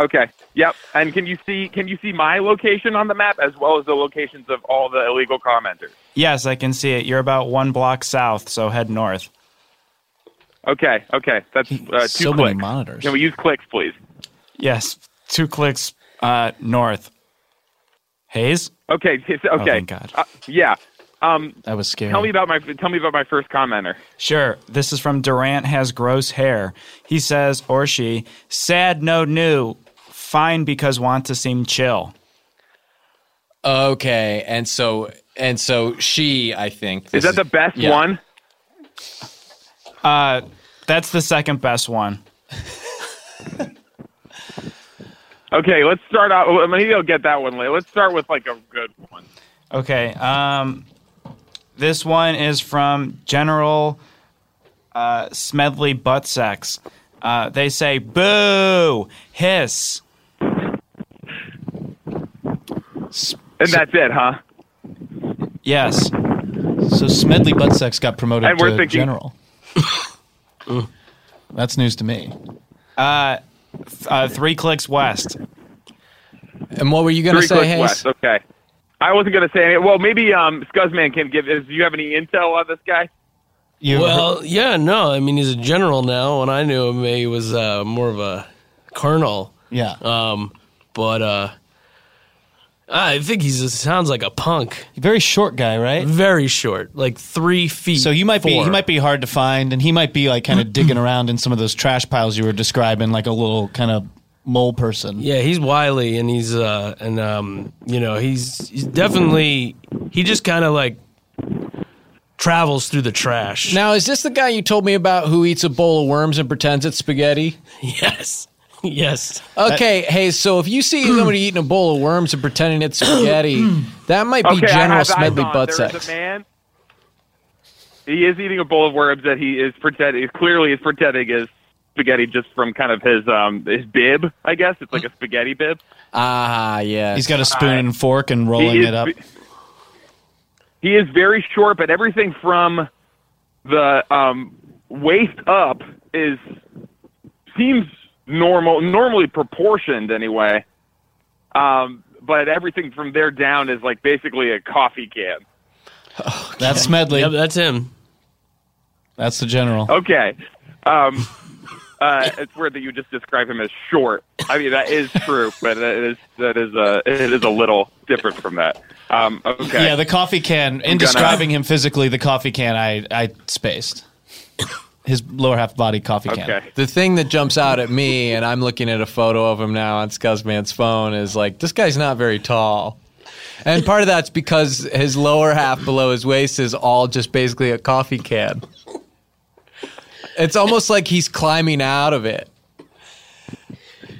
S6: okay yep and can you see can you see my location on the map as well as the locations of all the illegal commenters
S5: Yes, I can see it. You're about one block south, so head north.
S6: okay okay that's uh, two
S3: so many
S6: clicks
S3: monitors.
S6: can we use clicks please
S5: Yes, two clicks uh, north. Hayes.
S6: okay <laughs> it's- okay
S5: thank God.
S6: Uh, yeah um
S3: That was scary.
S6: tell me about my tell me about my first commenter
S5: Sure. This is from Durant has gross hair. He says, or she, sad no new, fine because want to seem chill.
S2: Okay, and so and so she, I think, this
S6: is that the best
S2: yeah.
S6: one
S5: That's the second best one.
S6: okay let's start out well, maybe i'll get that one later let's start with like a good one
S5: Okay. Um, this one is from General uh, Smedley Butt Sex. Uh, they say boo, hiss.
S6: and that's it huh
S5: Yes.
S3: So Smedley butt sex got promoted
S6: And we're
S3: to
S6: thinking- <laughs>
S3: general. That's news to me.
S5: Uh, three clicks west.
S2: And what were you gonna
S6: Three
S2: say,
S6: clicks
S2: Hayes?
S6: west. Okay. I wasn't going to say any. Well, maybe um, Scuzzman can give. Is, do you have any intel on this guy?
S3: You
S4: Well, yeah, no, I mean he's a general now. When I knew him, he was uh, more of a colonel.
S3: yeah.
S4: Um, but uh, I think he's a, sounds like a punk.
S3: Very short guy, right?
S4: Very short, like three feet.
S3: So you might be
S4: four.
S3: he might be hard to find, and he might be like kind of digging around in some of those trash piles you were describing, like a little kind of mole person.
S4: Yeah, he's wily and he's uh and um you know he's he's definitely he just kind of like travels through the trash.
S2: Now, is this the guy you told me about who eats a bowl of worms and pretends it's spaghetti?
S4: <laughs> yes, yes.
S2: Okay, hey, so if you see somebody eating a bowl of worms and pretending it's
S6: <clears throat>
S2: spaghetti, that might be
S6: Okay. I
S2: General
S6: have
S2: Smedley
S6: eyes on.
S2: butt
S6: There is
S2: sex.
S6: a man. He is eating a bowl of worms that he is pretending. Clearly, is pretending is spaghetti just from kind of his um his bib. I guess it's like a spaghetti bib.
S2: Ah, yeah.
S3: He's got a spoon and fork and
S6: Uh, He
S3: rolling
S6: is
S3: it up.
S6: ve- He is very short, but everything from the um, waist up is seems normal, normally proportioned anyway. Um, but everything from there down is like basically a coffee can.
S3: That's Smedley.
S4: Yep, that's him.
S3: That's the general.
S6: Okay, um, uh, it's weird that you just describe him as short. I mean that is true, but that is that is a it is a little different from that. Um, okay,
S3: Yeah, the coffee can. In
S6: gonna-
S3: describing him physically, the coffee can I I spaced. His lower half body coffee can.
S6: okay.
S2: the thing that jumps out at me, and I'm looking at a photo of him now on Scuzzman's phone, is like, this guy's not very tall. And part of that's because his lower half below his waist is all just basically a coffee can. It's almost like he's climbing out of it.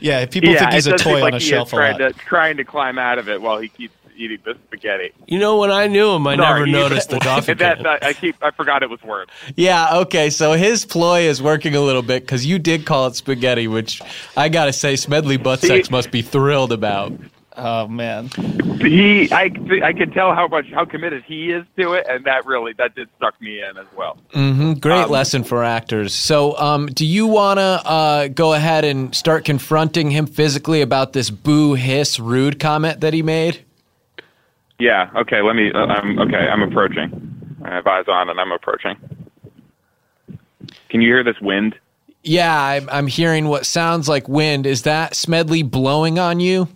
S3: Yeah, if people think
S6: it
S3: he's a
S6: does seem
S3: toy
S6: like
S3: on a
S6: he is
S3: shelf a
S6: trying
S3: lot.
S6: to trying to climb out of it while he keeps eating this spaghetti.
S4: You know when I knew him, I never
S6: <laughs> Sorry,
S4: noticed the coffee.
S6: That,
S4: can.
S6: that- I keep I forgot it was worms.
S2: Yeah, okay, so his ploy is working a little bit because you did call it spaghetti, which I gotta say, Smedley Butt Sex must be thrilled about.
S3: oh man.
S6: He I I could tell how much how committed he is to it, and that really that did suck me in as well.
S2: Great lesson for actors. So, um, do you want to uh, go ahead and start confronting him physically about this boo hiss rude comment that he made?
S6: Yeah. Okay. Let me. Uh, I'm okay. I'm approaching. I have eyes on, and I'm approaching. Can you hear this wind?
S2: Yeah, I'm, I'm hearing what sounds like wind. Is that Smedley blowing on you?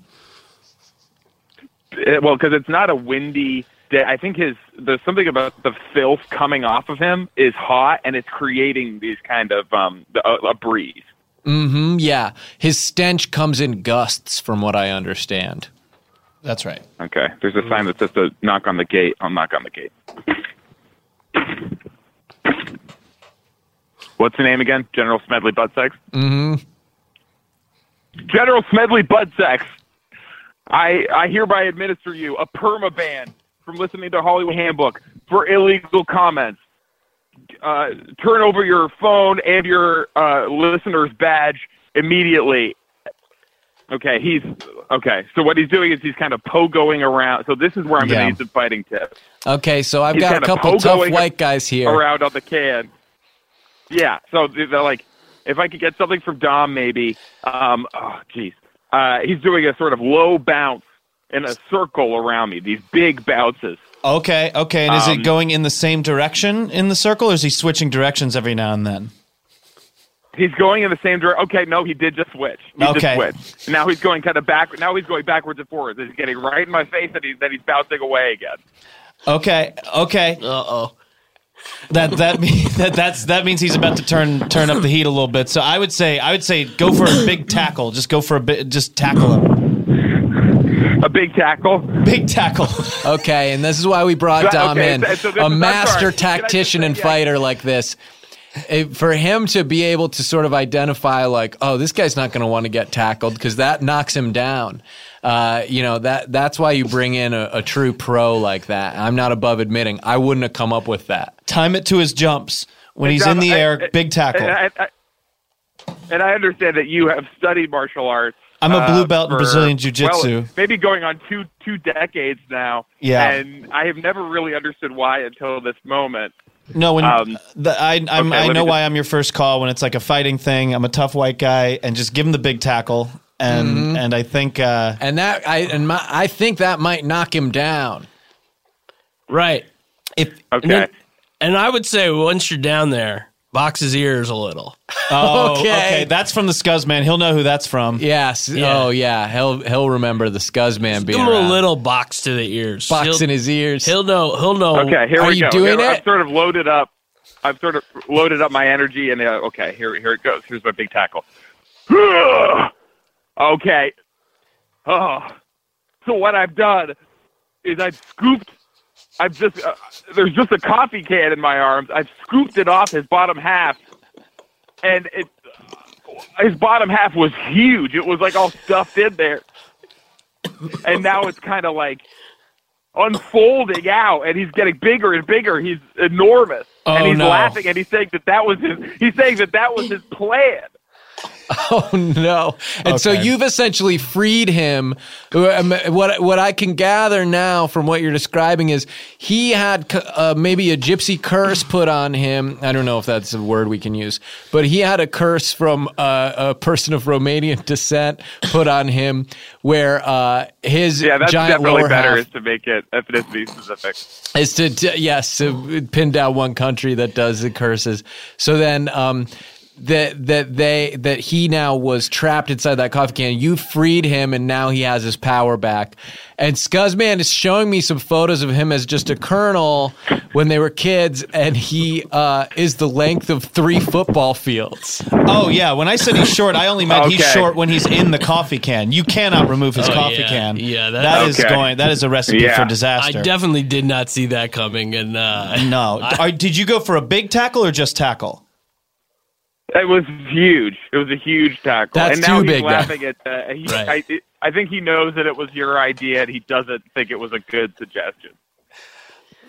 S6: It- eh, well, because it's not a windy day. I think his there's something about the filth coming off of him is hot, and it's creating these kind of um the- a, a breeze.
S2: Mm, Yeah, his stench comes in gusts, from what I understand.
S3: That's right.
S6: Okay, there's a sign that says to knock on the gate. I'll knock on the gate. What's the name again? General Smedley Buttsex? Mm-hmm. General Smedley Buttsex, I, I hereby administer you a perma ban from listening to Hollywood Handbook for illegal comments. Uh, turn over your phone and your uh, listener's badge immediately Okay, he's okay. So what he's doing is he's kind of pogoing around. So this is where I'm
S3: Yeah.
S6: going to need some fighting tips.
S2: Okay, so I've
S6: He's
S2: got a
S6: kinda
S2: couple tough
S6: pogoing
S2: white guys here.
S6: around on the can. Yeah. So they're like, if I could get something from Dom, maybe. Um, oh, jeez. Uh, he's doing a sort of low bounce in a circle around me. These big bounces.
S3: Okay, okay. And is
S6: Um,
S3: it going in the same direction in the circle, or is he switching directions every now and then?
S6: He's going in the same direction. Okay, no, he did just switch. He
S3: Okay.
S6: just switched. Now he's going kind of back. Now he's going backwards and forwards. He's getting right in my face, and he, then he's bouncing away again.
S3: Okay, okay. Uh oh. That that mean, <laughs> that that's that means he's about to turn turn up the heat a little bit. So I would say I would say go for a big tackle. Just go for a bit. Just tackle him.
S6: A big tackle.
S3: Big tackle. <laughs>
S2: Okay, and this is why we brought
S6: That-
S2: Dom
S6: okay,
S2: in,
S6: so- so this
S2: a
S6: is- I'm
S2: master
S6: sorry. Can I just
S2: tactician
S6: say,
S2: and
S6: yeah.
S2: fighter like this. It- for him to be able to sort of identify, like, oh, this guy's not going to want to get tackled because that knocks him down. Uh, you know that that's why you bring in a, a true pro like that. I'm not above admitting I wouldn't have come up with that.
S3: Time it to his jumps when he's
S6: Dom,
S3: in the
S6: I-
S3: air.
S6: I-
S3: big tackle.
S6: And I, I, and I understand that you have studied martial arts. uh,
S3: I'm a blue belt in
S6: for-
S3: Brazilian jiu-jitsu.
S6: well, maybe going on two two decades now.
S3: Yeah.
S6: And I have never really understood why until this moment.
S3: No, when
S6: Um,
S3: the, I I'm,
S6: okay,
S3: I
S6: let
S3: know
S6: me
S3: why I'm your first call when it's like a fighting thing. I'm a tough white guy, and just give him the big tackle, and
S4: Mm-hmm.
S3: and I think
S4: <laughs>
S3: uh,
S2: And that I and my, I think that might knock him down.
S4: Right.
S3: if
S6: Okay.
S4: then- And I would say once you're down there, box his ears a little.
S3: oh,
S2: Okay.
S3: okay. that's from the Scuzz man. He'll know who that's from.
S2: Yes.
S4: Yeah.
S2: Oh yeah. He'll he'll remember the Scuzz man
S4: Give
S2: being
S4: him a
S2: around.
S4: little box to the ears.
S2: box
S4: he'll,
S2: in his ears.
S4: He'll know. He'll know.
S6: Okay, here
S2: Are
S6: we
S2: you
S6: go.
S2: doing
S6: Here-
S2: it?
S6: I've sort of loaded up. I've sort of loaded up my energy, and uh, okay, here here it goes. Here's my big tackle. <sighs> okay. Oh. So what I've done is I've scooped. I've just uh, there's just a coffee can in my arms. I've scooped it off his bottom half, and it his bottom half was huge. It was like all stuffed in there, and now it's kind of like unfolding out, and he's getting bigger and bigger. He's enormous, and
S2: Oh,
S6: he's
S2: no.
S6: laughing, and he's saying that that was his. He's saying that that was his plan.
S2: <laughs> Oh no! And so
S3: Okay.
S2: you've essentially freed him. Um, What what I can gather now from what you're describing is he had c- uh, maybe a gypsy curse put on him. I don't know if that's a word we can use, but he had a curse from uh, a person of Romanian descent put on him, where uh, his
S6: Yeah, that's
S2: giant
S6: definitely
S2: lower
S6: better
S2: half
S6: is to make it ethnicity specific.
S2: is to t- yes to pin down one country that does the curses so then um that that they that he now was trapped inside that coffee can you freed him and now he has his power back and scuzzman is showing me some photos of him as just a colonel when they were kids and he uh is the length of three football fields
S3: Oh yeah, when I said he's short, I only meant he's
S6: Okay.
S3: short when he's in the coffee can. You cannot remove his coffee
S4: Oh, yeah.
S3: can.
S4: Yeah, that-
S3: that, is
S6: Okay.
S3: going. That is a recipe
S6: Yeah.
S3: for
S6: I
S4: I
S3: disaster.
S4: definitely did not see that coming. And uh,
S3: no, Are- did you go for a big tackle or just tackle?
S6: It was huge. It was a huge tackle.
S2: That's
S6: and now
S2: too
S6: he's
S2: big,
S6: laughing at uh, he,
S4: Right.
S6: I, I think he knows that it was your idea, and he doesn't think it was a good suggestion.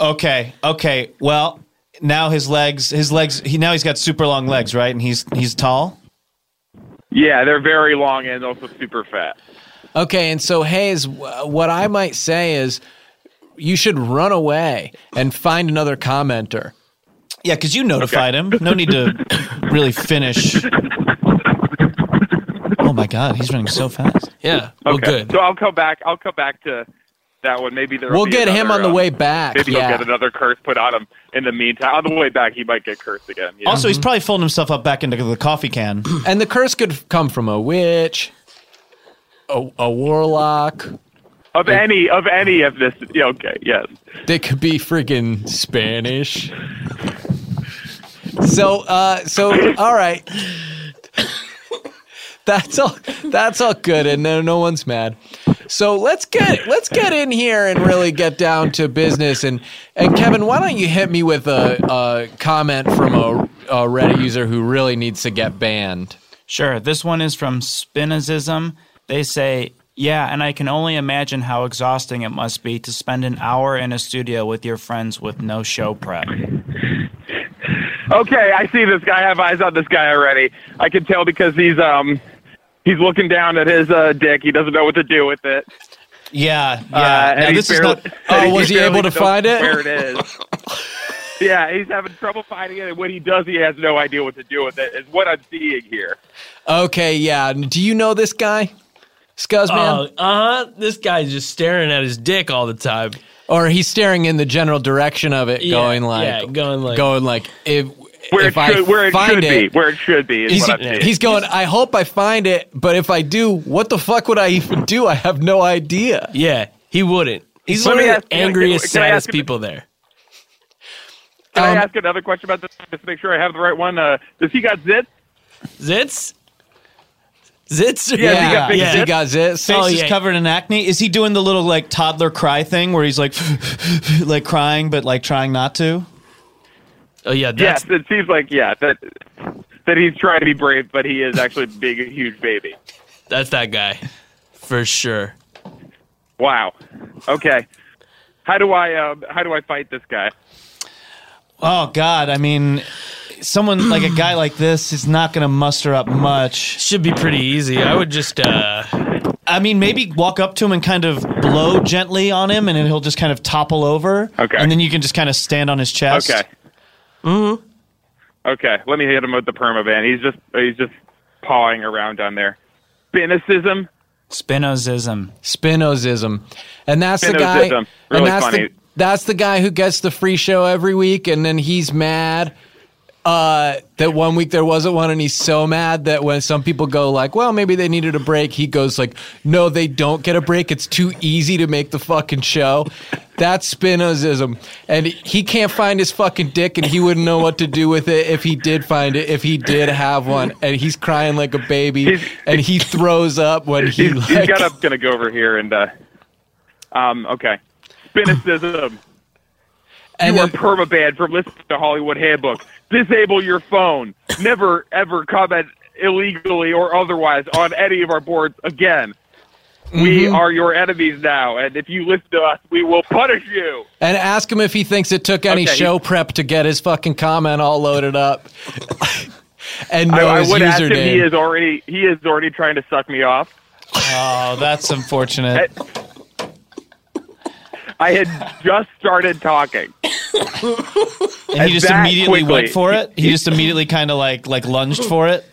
S3: Okay, okay. Well, now his legs, his legs. He now he's got super long legs, right? And he's he's tall.
S6: Yeah, they're very long and also super fat.
S2: Okay, and so Hayes, wh- what I might say is you should run away and find another commenter.
S3: Yeah, because you notified him. No need to really finish. Oh my God, he's running so fast.
S4: <laughs> yeah, well,
S6: Okay.
S4: good.
S6: So I'll come back. I'll come back to that one. Maybe there.
S2: We'll get him on the way back.
S6: um, Maybe
S2: yeah.
S6: he'll get another curse put on him in the meantime. On the way back, he might get cursed again. you know?
S3: Also, he's probably folding himself up back into the coffee
S4: <clears throat>
S3: can.
S2: And the curse could come from a witch, a, a warlock.
S6: of any of any of this. Yeah, okay, yes.
S2: They could be freaking Spanish. So, uh, so all right. <coughs> That's all. That's all good, and no, no one's mad. So let's get let's get in here and really get down to business. And and Kevin, why don't you hit me with a, a comment from a, a Reddit user who really needs to get banned?
S5: Sure. This one is from Spinozism. They say, Yeah, and I can only imagine how exhausting it must be to spend an hour in a studio with your friends with no show prep.
S6: Okay, I see this guy. I have eyes on this guy already. I can tell because he's um he's looking down at his uh, dick. He doesn't know what to do with it.
S3: Yeah, yeah.
S6: Uh,
S3: Now,
S6: and
S3: this
S6: he's
S3: is
S6: barely,
S3: not.
S6: and
S2: Oh, was he
S6: barely
S2: able to
S6: knows
S2: find it?
S6: Where it is?
S2: <laughs>
S6: yeah, he's having trouble finding it, and when he does, he has no idea what to do with it. Is what I'm seeing here.
S2: Okay, yeah. Do you know this guy, Scuzzman?
S4: Uh huh. This guy's just staring at his dick all the time.
S2: or he's staring in the general direction of it,
S4: Yeah,
S2: going like,
S4: yeah, going like-
S2: going like, if
S6: Where
S2: if
S6: it
S2: I
S6: should, where it
S2: find
S6: should
S2: it,
S6: be, where it should be is
S2: he's,
S6: what I'm seeing.
S2: he's going. I hope I find it, but if I do, what the fuck would I even do? I have no idea.
S4: Yeah, he wouldn't. He's
S6: Let
S4: one of
S6: me
S4: the
S6: ask- can I-
S4: angriest,
S6: can I
S4: saddest
S6: ask-
S4: people there.
S6: Can
S2: um,
S6: I ask another question about this? Just to make sure I have the right one. Uh, does he got zits?
S4: Zits? Zits?
S6: Yeah, he got big
S2: yeah.
S6: zits.
S2: he got zits.
S3: Face
S4: Oh,
S3: is
S4: yeah.
S3: covered in acne. Is he doing the little like toddler cry thing where he's like, <laughs> like crying but like trying not to?
S4: Oh, yeah. That's,
S6: Yes, it seems like yeah that that he's trying to be brave, but he is actually being a huge baby.
S4: that's that guy. For sure.
S6: Wow. Okay. How do I um, how do I fight this guy?
S3: Oh God! I mean, someone like a guy like this is not going to muster up much.
S4: Should be pretty easy. I would just, uh,
S3: I mean, maybe walk up to him and kind of blow gently on him, and then he'll just kind of topple over.
S6: Okay.
S3: And then you can just kind of stand on his chest.
S6: Okay. Okay. Let me hit him with the permaban. He's just he's just pawing around down there. Spinicism.
S5: Spinozism.
S2: Spinozism, and that's the guy.
S6: Spinozism.
S2: and
S6: Really
S2: that's
S6: funny.
S2: the that's the guy who gets the free show every week, and then he's mad. Uh, that one week there wasn't one, and he's so mad that when some people go like, "Well, maybe they needed a break," he goes like, "No, they don't get a break. It's too easy to make the fucking show." That's Spinozism, and he can't find his fucking dick, and he wouldn't know what to do with it if he did find it, if he did have one, and he's crying like a baby,
S6: He's-
S2: and he throws up when he
S6: He's,
S2: like,
S6: he's got up. Gonna go over here and uh, um. Okay. Spinicism.
S2: and
S6: You are
S2: then-
S6: permabanned from listening to Hollywood Handbook. Disable your phone. Never ever comment illegally or otherwise on any of our boards again. We
S2: Mm-hmm.
S6: are your enemies now, and if you listen to us, we will punish you.
S2: And ask him if he thinks it took any
S6: Okay, he-
S2: show prep to get his fucking comment all loaded up. <laughs> and know
S6: I, I
S2: his
S6: would
S2: username.
S6: ask him. He is already he is already trying to suck me off.
S3: Oh, that's unfortunate.
S2: <laughs>
S6: I had just started talking.
S3: And he just
S6: that
S3: immediately
S6: quickly.
S3: went for it. He just immediately kind of like like lunged for it.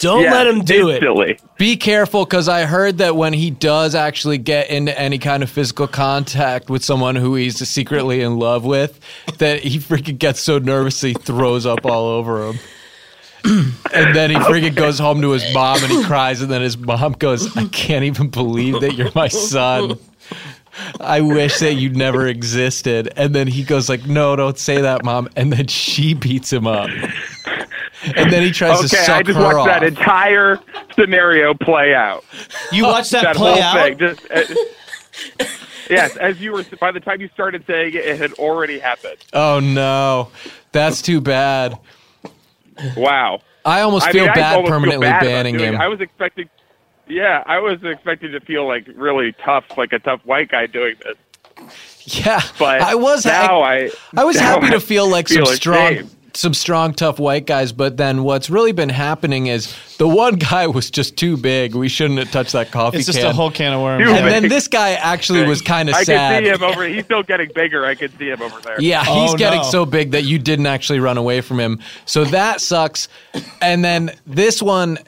S4: don't
S6: Yeah,
S4: let him do it.
S6: instantly.
S2: Be careful because I heard that when he does actually get into any kind of physical contact with someone who he's secretly in love with, that he freaking gets so nervous he throws up all over him. and then he freaking goes home to his mom and he cries, and then his mom goes, I can't even believe that you're my son. I wish that you never existed. And then he goes like, No, don't say that, mom. And then she beats him up. And then he tries to
S6: Okay,
S2: suck
S6: I just
S2: her
S6: watched
S2: off.
S6: that entire scenario play out. <laughs>
S3: You watch that,
S6: that
S3: play
S6: whole
S3: out.
S6: thing. Just, uh,
S2: <laughs>
S6: yes, as you were. By the time you started saying it, it had already happened.
S2: Oh no, that's too bad.
S6: Wow.
S2: I almost
S6: I
S2: feel
S6: mean, I
S2: bad
S6: almost feel
S2: permanently
S6: bad about
S2: banning
S6: doing-
S2: him.
S6: I was expecting. Yeah, I was expecting to feel like really tough, like a tough white guy doing this.
S2: yeah,
S6: But
S2: I was.
S6: now
S2: I,
S6: I.
S2: I was
S6: now
S2: happy
S6: I
S2: to feel like some strong,
S6: ashamed.
S2: some strong, tough white guys. But then what's really been happening is the one guy <laughs> was just too big. We shouldn't have touched that coffee
S3: It's just
S2: can.
S3: a whole can of worms.
S6: You
S2: and then
S6: big.
S2: this guy actually was kind of
S6: I
S2: sad.
S6: can see him over. He's still getting bigger. I can see him over there.
S2: Yeah,
S3: Oh,
S2: he's getting
S3: no.
S2: so big that you didn't actually run away from him. So that sucks. And then this one,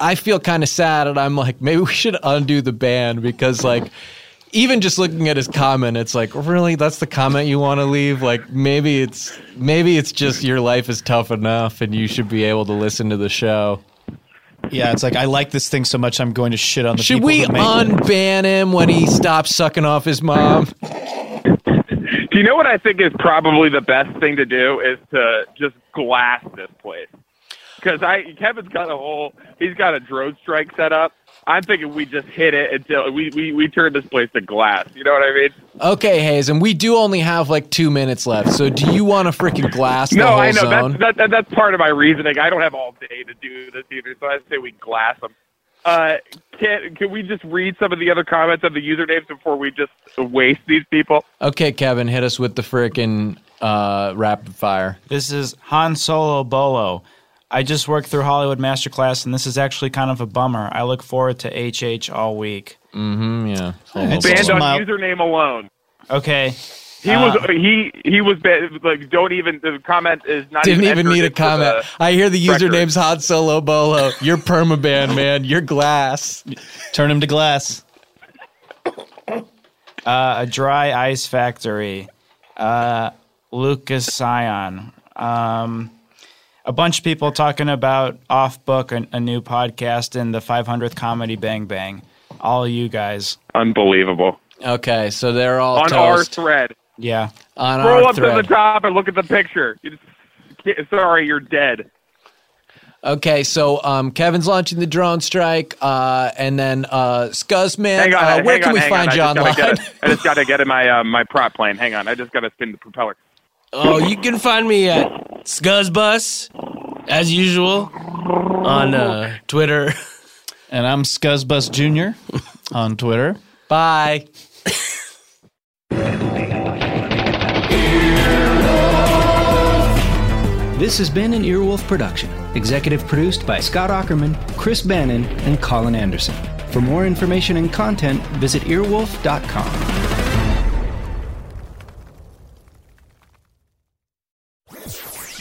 S2: I feel kind of sad, and I'm like, maybe we should undo the ban because, like, even just looking at his comment, it's like, really, that's the comment you want to leave? Like maybe it's maybe it's just your life is tough enough, and you should be able to listen to the show.
S3: Yeah, it's like I like this thing so much, I'm going to shit on the.
S2: Should
S3: people
S2: we
S3: that make it.
S2: unban him when he stops sucking off his mom?
S6: Do you know what I think is probably the best thing to do is to just glass this place? Because I Kevin's got a whole he's got a drone strike set up. I'm thinking we just hit it until we we, we turn this place to glass. You know what I mean?
S2: Okay, Hayes, and we do only have like two minutes left. So do you want to freaking glass the
S6: No,
S2: whole
S6: I know
S2: zone?
S6: that's that, that, that's part of my reasoning. I don't have all day to do this either, so I say we glass them. Uh, can can we just read some of the other comments of the usernames before we just waste these people?
S2: okay, Kevin, hit us with the freaking uh, rapid fire.
S5: This is Han Solo Bolo. I just worked through Hollywood Masterclass, and this is actually kind of a bummer. I look forward to HH all week.
S2: Mm, yeah.
S3: It's
S6: Banned
S3: also
S6: on
S3: my-
S6: username alone.
S5: Okay,
S6: He was he he was banned. Like, don't even the comment is not
S2: Didn't even
S6: entered
S2: need a
S6: into
S2: comment.
S6: the-
S2: I hear the
S6: record.
S2: username's Hot Solo Bolo. You're permaban, man. You're glass.
S3: turn him to glass.
S5: uh, a dry ice factory. Uh, Lucas Scion. Um, a bunch of people talking about Off Book, a, a new podcast, and the 500th Comedy Bang Bang. All you guys.
S6: Unbelievable
S2: Okay, so they're all
S6: on our
S2: toast.
S6: thread.
S5: Yeah.
S2: on
S6: Scroll
S2: our
S6: up to
S2: thread.
S6: the top and look at the picture. It's- sorry, you're dead.
S2: Okay, so um, Kevin's launching the drone strike, uh, and then uh, Scuzzman.
S6: Hang on,
S2: uh,
S6: hang
S2: where can
S6: on,
S2: we
S6: hang
S2: find
S6: on.
S2: you
S6: I just
S2: online?
S6: gotta get it- I just got to get in my uh, my prop plane. Hang on, I just got to spin the propeller.
S4: <laughs> Oh, you can find me at Scuzzbus, as usual, on uh, Twitter.
S3: And I'm Scuzzbus Jr. on Twitter.
S2: Bye.
S7: This has been an Earwolf production, executive produced by Scott Ackerman, Chris Bannon, and Colin Anderson. For more information and content, visit earwolf.com.